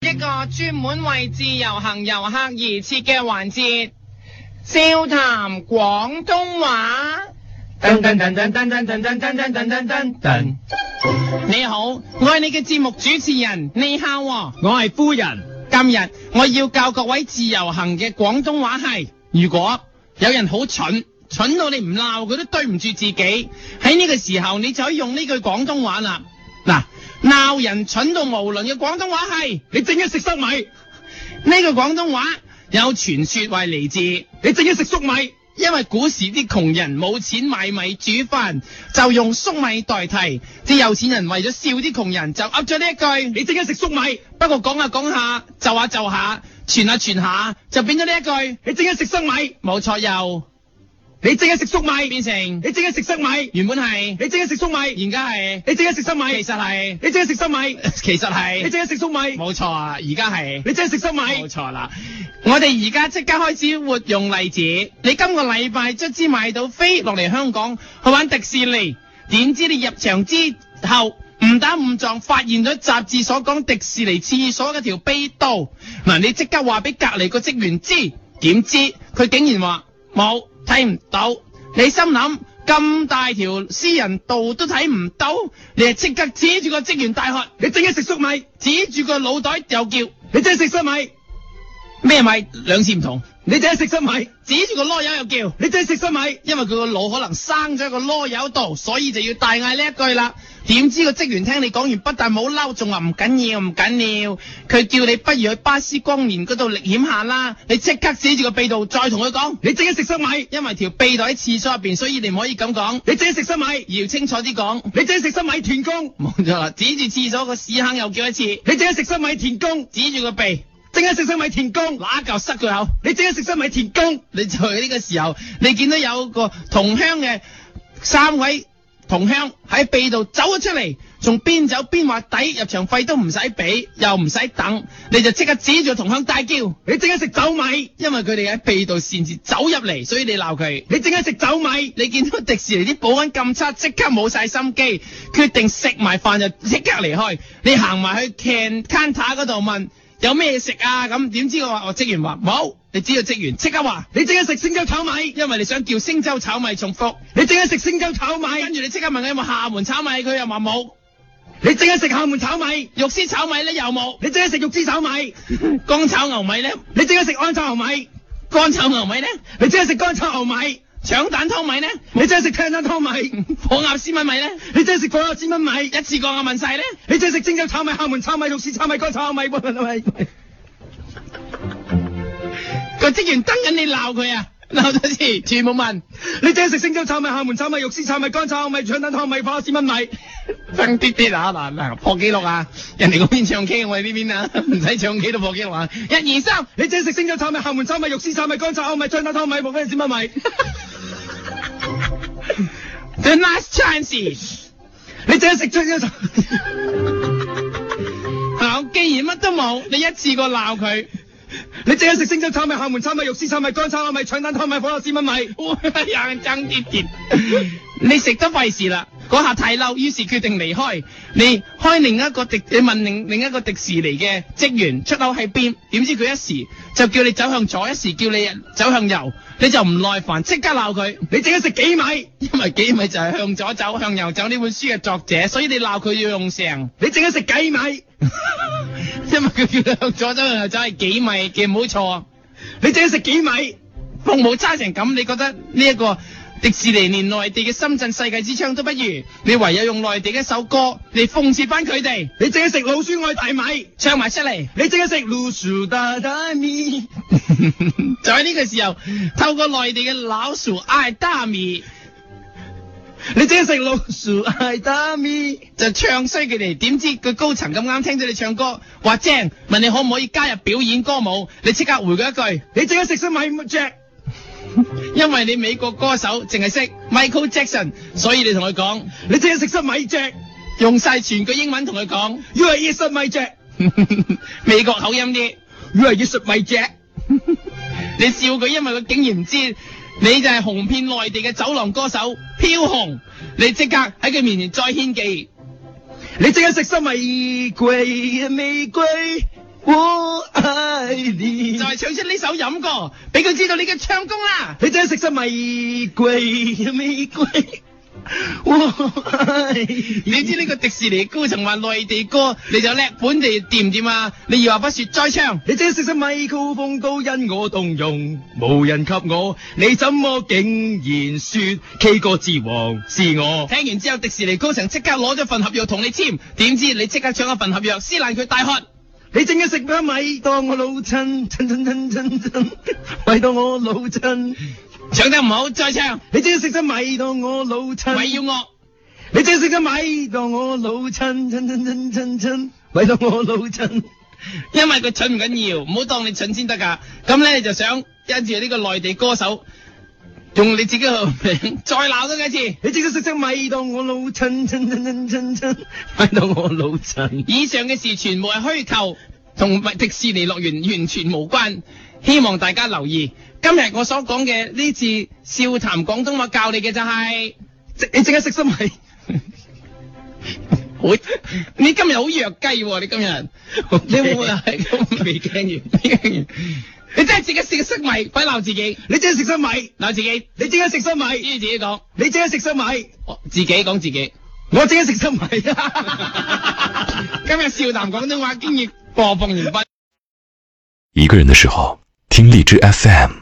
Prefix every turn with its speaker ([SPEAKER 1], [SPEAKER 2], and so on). [SPEAKER 1] 一個專門為自由行遊客而設嘅環節，笑談廣東話。
[SPEAKER 2] 噔噔噔噔噔噔噔噔噔噔噔噔噔，
[SPEAKER 1] 你好，我係你嘅節目主持人，你好喎、
[SPEAKER 2] 我係夫人。
[SPEAKER 1] 今日我要教各位自由行嘅廣東話係，如果有人好蠢，蠢到你唔鬧佢都對唔住自己，喺呢個時候你就可以用呢句廣東話啦。嗱，鬧人蠢到無倫嘅廣東話係，
[SPEAKER 2] 你正一食粟米，
[SPEAKER 1] 呢句廣東話有傳說話嚟自。
[SPEAKER 2] 你正一食粟米，
[SPEAKER 1] 因為古時啲窮人冇錢買米煮飯，就用粟米代替。啲有錢人為咗笑啲窮人，就噏咗呢一句。
[SPEAKER 2] 你正一食粟米，
[SPEAKER 1] 不過講下講下，就下就下，傳下傳下，就變咗呢一句。
[SPEAKER 2] 你正一食粟米，
[SPEAKER 1] 冇錯，又
[SPEAKER 2] 你正一食粟米，
[SPEAKER 1] 變成
[SPEAKER 2] 你正一食粟米，
[SPEAKER 1] 原本係，
[SPEAKER 2] 你正一食粟米，
[SPEAKER 1] 而家係，
[SPEAKER 2] 你正一食粟米
[SPEAKER 1] 其，實係，
[SPEAKER 2] 你正一食粟米，
[SPEAKER 1] 其實
[SPEAKER 2] 你
[SPEAKER 1] 係，
[SPEAKER 2] 正一食粟米，
[SPEAKER 1] 冇錯啊，而家係。
[SPEAKER 2] 你正一食粟米，
[SPEAKER 1] 冇錯啦，我哋而家即刻開始活用例子。你今個禮拜卒之買到飛落嚟香港去玩迪士尼，點知你入場之後誤打誤撞發現咗雜誌所講迪士尼廁所嗰條秘道。嗱，你即刻話俾隔離個職員知，點知佢竟然話冇睇唔到。你心諗咁大條私人道都睇唔到，你係即刻指住個職員大喝，
[SPEAKER 2] 你正一食粟米，
[SPEAKER 1] 指住個腦袋又叫。
[SPEAKER 2] 你正一食粟米，
[SPEAKER 1] 咩米兩次唔同，
[SPEAKER 2] 你正一食粟米，
[SPEAKER 1] 指住個籮柚又叫，
[SPEAKER 2] 你正一食粟米，
[SPEAKER 1] 因為佢個腦可能生咗喺個籮柚度，所以就要大嗌呢一句啦。點知個職員聽你講完，不但冇嬲，仲話唔緊要唔緊要，佢叫你不如去巴斯光年嗰度歷險下啦。你即刻指住個秘道，再同佢講，
[SPEAKER 2] 你正一食粟米，
[SPEAKER 1] 因為條秘道喺廁所入邊，所以你唔可以咁講，
[SPEAKER 2] 你正一食粟米，
[SPEAKER 1] 要清楚啲講。
[SPEAKER 2] 你正一食粟米田公，
[SPEAKER 1] 冇錯啦，指住廁所個屎坑又叫一次，
[SPEAKER 2] 你正一食粟米田公，
[SPEAKER 1] 指住個鼻，
[SPEAKER 2] 正一食粟米田公，
[SPEAKER 1] 揦嚿塞佢口。
[SPEAKER 2] 你正一食粟米田公，
[SPEAKER 1] 你就喺呢個時候，你見到有個同鄉嘅三位同鄉喺秘度走咗出嚟，仲邊走邊話抵入場費都唔使俾，又唔使等，你就即刻指住同鄉大叫，
[SPEAKER 2] 你正一食酒米，
[SPEAKER 1] 因為佢哋喺秘度擅自走入嚟，所以你鬧佢。
[SPEAKER 2] 你正一食酒米，
[SPEAKER 1] 你見到迪士尼啲保安咁差，即刻冇晒心機，決定食埋飯就即刻離開。你行埋去 can counter 嗰度問有咩食啊？咁點知我話我職員話冇，你只要職員即刻話。
[SPEAKER 2] 你正一食星洲炒米。
[SPEAKER 1] 因為你想叫星洲炒米重複，
[SPEAKER 2] 你正一食星洲炒米，
[SPEAKER 1] 跟住你即刻問佢有冇廈門炒米，佢又話冇；
[SPEAKER 2] 你正一食廈門炒米，，
[SPEAKER 1] 肉絲炒米咧又冇
[SPEAKER 2] 你正一食肉絲炒米，
[SPEAKER 1] 乾炒牛米咧，
[SPEAKER 2] 你正一食安炒牛米，
[SPEAKER 1] 乾炒牛米咧，
[SPEAKER 2] 你正一食乾炒牛米，
[SPEAKER 1] 腸蛋湯米咧，
[SPEAKER 2] 你正一食聽蛋湯米，
[SPEAKER 1] 火鴨絲炆米咧，
[SPEAKER 2] 你正一食火鴨煎燜米，
[SPEAKER 1] 一次過我問晒咧，
[SPEAKER 2] 你正一食蒸酒炒米、廈門炒米、肉絲炒米、乾炒牛米，喂
[SPEAKER 1] 個職員等緊你鬧佢啊，鬧咗次，全部問，
[SPEAKER 2] 你正一食星洲炒米、廈門炒米、肉絲炒米、乾炒牛米、腸蛋湯米、火鴨煎燜米，
[SPEAKER 1] 爭啲啲啊嗱嗱破紀錄啊，人哋嗰邊唱 K，我哋呢邊啊 唔使唱 K 都破紀錄啊，一二三，
[SPEAKER 2] 你正一食星洲炒米、廈門炒米、肉絲炒米、乾炒牛米、腸蛋湯米、火鴨煎燜米，
[SPEAKER 1] The last chances。
[SPEAKER 2] 你正一食蒸 酒，
[SPEAKER 1] 嗱，既然乜都冇，你一次過鬧佢。
[SPEAKER 2] 你正一食星洲炒米、廈門炒米、肉絲炒米、乾炒牛米、腸蛋湯米、火鴨煎 燜米，
[SPEAKER 1] 哇！人爭啲啲，你食得費事啦。嗰下太嬲，於是決定離開。你開另一個迪，你問另另一個迪士尼嘅職員出口喺邊，點知佢一時就叫你走向左，一時叫你走向右，你就唔耐煩，即刻鬧佢。
[SPEAKER 2] 你正一食幾米。
[SPEAKER 1] 因為幾米就係向左走、向右走呢本書嘅作者，所以你鬧佢要用成。
[SPEAKER 2] 你正一食 幾米，
[SPEAKER 1] 因為佢叫你向左走、向右走係幾米嘅，冇錯。
[SPEAKER 2] 你正一食幾米。
[SPEAKER 1] 啊服務差成咁，你覺得呢一個迪士尼連內地嘅深圳世界之窗都不如？你唯有用內地嘅一首歌嚟諷刺翻佢哋，
[SPEAKER 2] 你淨係食老鼠愛大米，
[SPEAKER 1] 唱埋出嚟。
[SPEAKER 2] 你淨係食老鼠大大米，
[SPEAKER 1] 就喺呢個時候，透過內地嘅老鼠愛大米，
[SPEAKER 2] 你淨係食老鼠哎愛大米，
[SPEAKER 1] 就唱衰佢哋。點知佢高層咁啱聽到你唱歌，話正，問你可唔可以加入表演歌舞？你即刻回佢一句，
[SPEAKER 2] 你淨係食粟米雀，
[SPEAKER 1] 因為你美國歌手淨係識 Michael Jackson，所以你同佢講，
[SPEAKER 2] 你淨係食粟米雀
[SPEAKER 1] 用晒全句英文同佢講。
[SPEAKER 2] ，You are eat 粟米雀
[SPEAKER 1] 美國口音啲，
[SPEAKER 2] ，You are eat 粟米雀，
[SPEAKER 1] 你笑佢，因為佢竟然唔知你就係紅遍內地嘅走廊歌手飄紅，你即刻喺佢面前再獻技，
[SPEAKER 2] 你淨係食粟米貴玫瑰，我愛你
[SPEAKER 1] 就係唱出呢首飲歌，俾佢知道你嘅唱功啦。
[SPEAKER 2] 你真係食咗玫瑰，玫瑰，我 愛
[SPEAKER 1] 你知呢個迪士尼高層話內地歌，你就叻本地掂唔掂啊？你二話不說再唱，
[SPEAKER 2] 你真係食咗米高峰都因我動容，無人及我，你怎麼竟然說 K 歌之王是我？
[SPEAKER 1] 聽完之後迪士尼高層即刻攞咗份合約同你簽，點知你即刻搶咗份合約撕爛佢大喝。
[SPEAKER 2] 你正一食咗米當我老襯，襯襯襯襯襯，米當我老襯。
[SPEAKER 1] 唱得唔好再 唱，
[SPEAKER 2] 你真係食咗米當我老
[SPEAKER 1] 咪
[SPEAKER 2] 襯，
[SPEAKER 1] 要我。
[SPEAKER 2] 你真係食咗米當我老襯，襯襯襯襯襯，米當我老襯。
[SPEAKER 1] 因為佢蠢唔緊要，唔好當你蠢先得㗎。咁咧你就想跟住呢個內地歌手用你自己個名再鬧多佢一次。
[SPEAKER 2] 你即刻識識咪當我老襯襯襯襯襯襯，咪當我老襯。
[SPEAKER 1] 以上嘅事全部係虛構，同迪士尼樂園完全無關。希望大家留意，今日我所講嘅呢次笑談廣東話教你嘅就係、
[SPEAKER 2] 即你即刻識識咪，
[SPEAKER 1] 好，你今日好弱雞喎、你今日，你會唔會係咁？
[SPEAKER 2] 未驚完。
[SPEAKER 1] 你真係自己食食米，鬼鬧自己，
[SPEAKER 2] 你即刻識識咪，
[SPEAKER 1] 鬧自己，
[SPEAKER 2] 你即刻識識
[SPEAKER 1] 自
[SPEAKER 2] 咪，
[SPEAKER 1] 己自己講，
[SPEAKER 2] 你即刻識識咪，
[SPEAKER 1] 我哦自己講自己。
[SPEAKER 2] 我即刻識識咪。
[SPEAKER 1] 今日笑談廣東話經已播放完畢。
[SPEAKER 3] 一个人的时候，听荔枝 FM。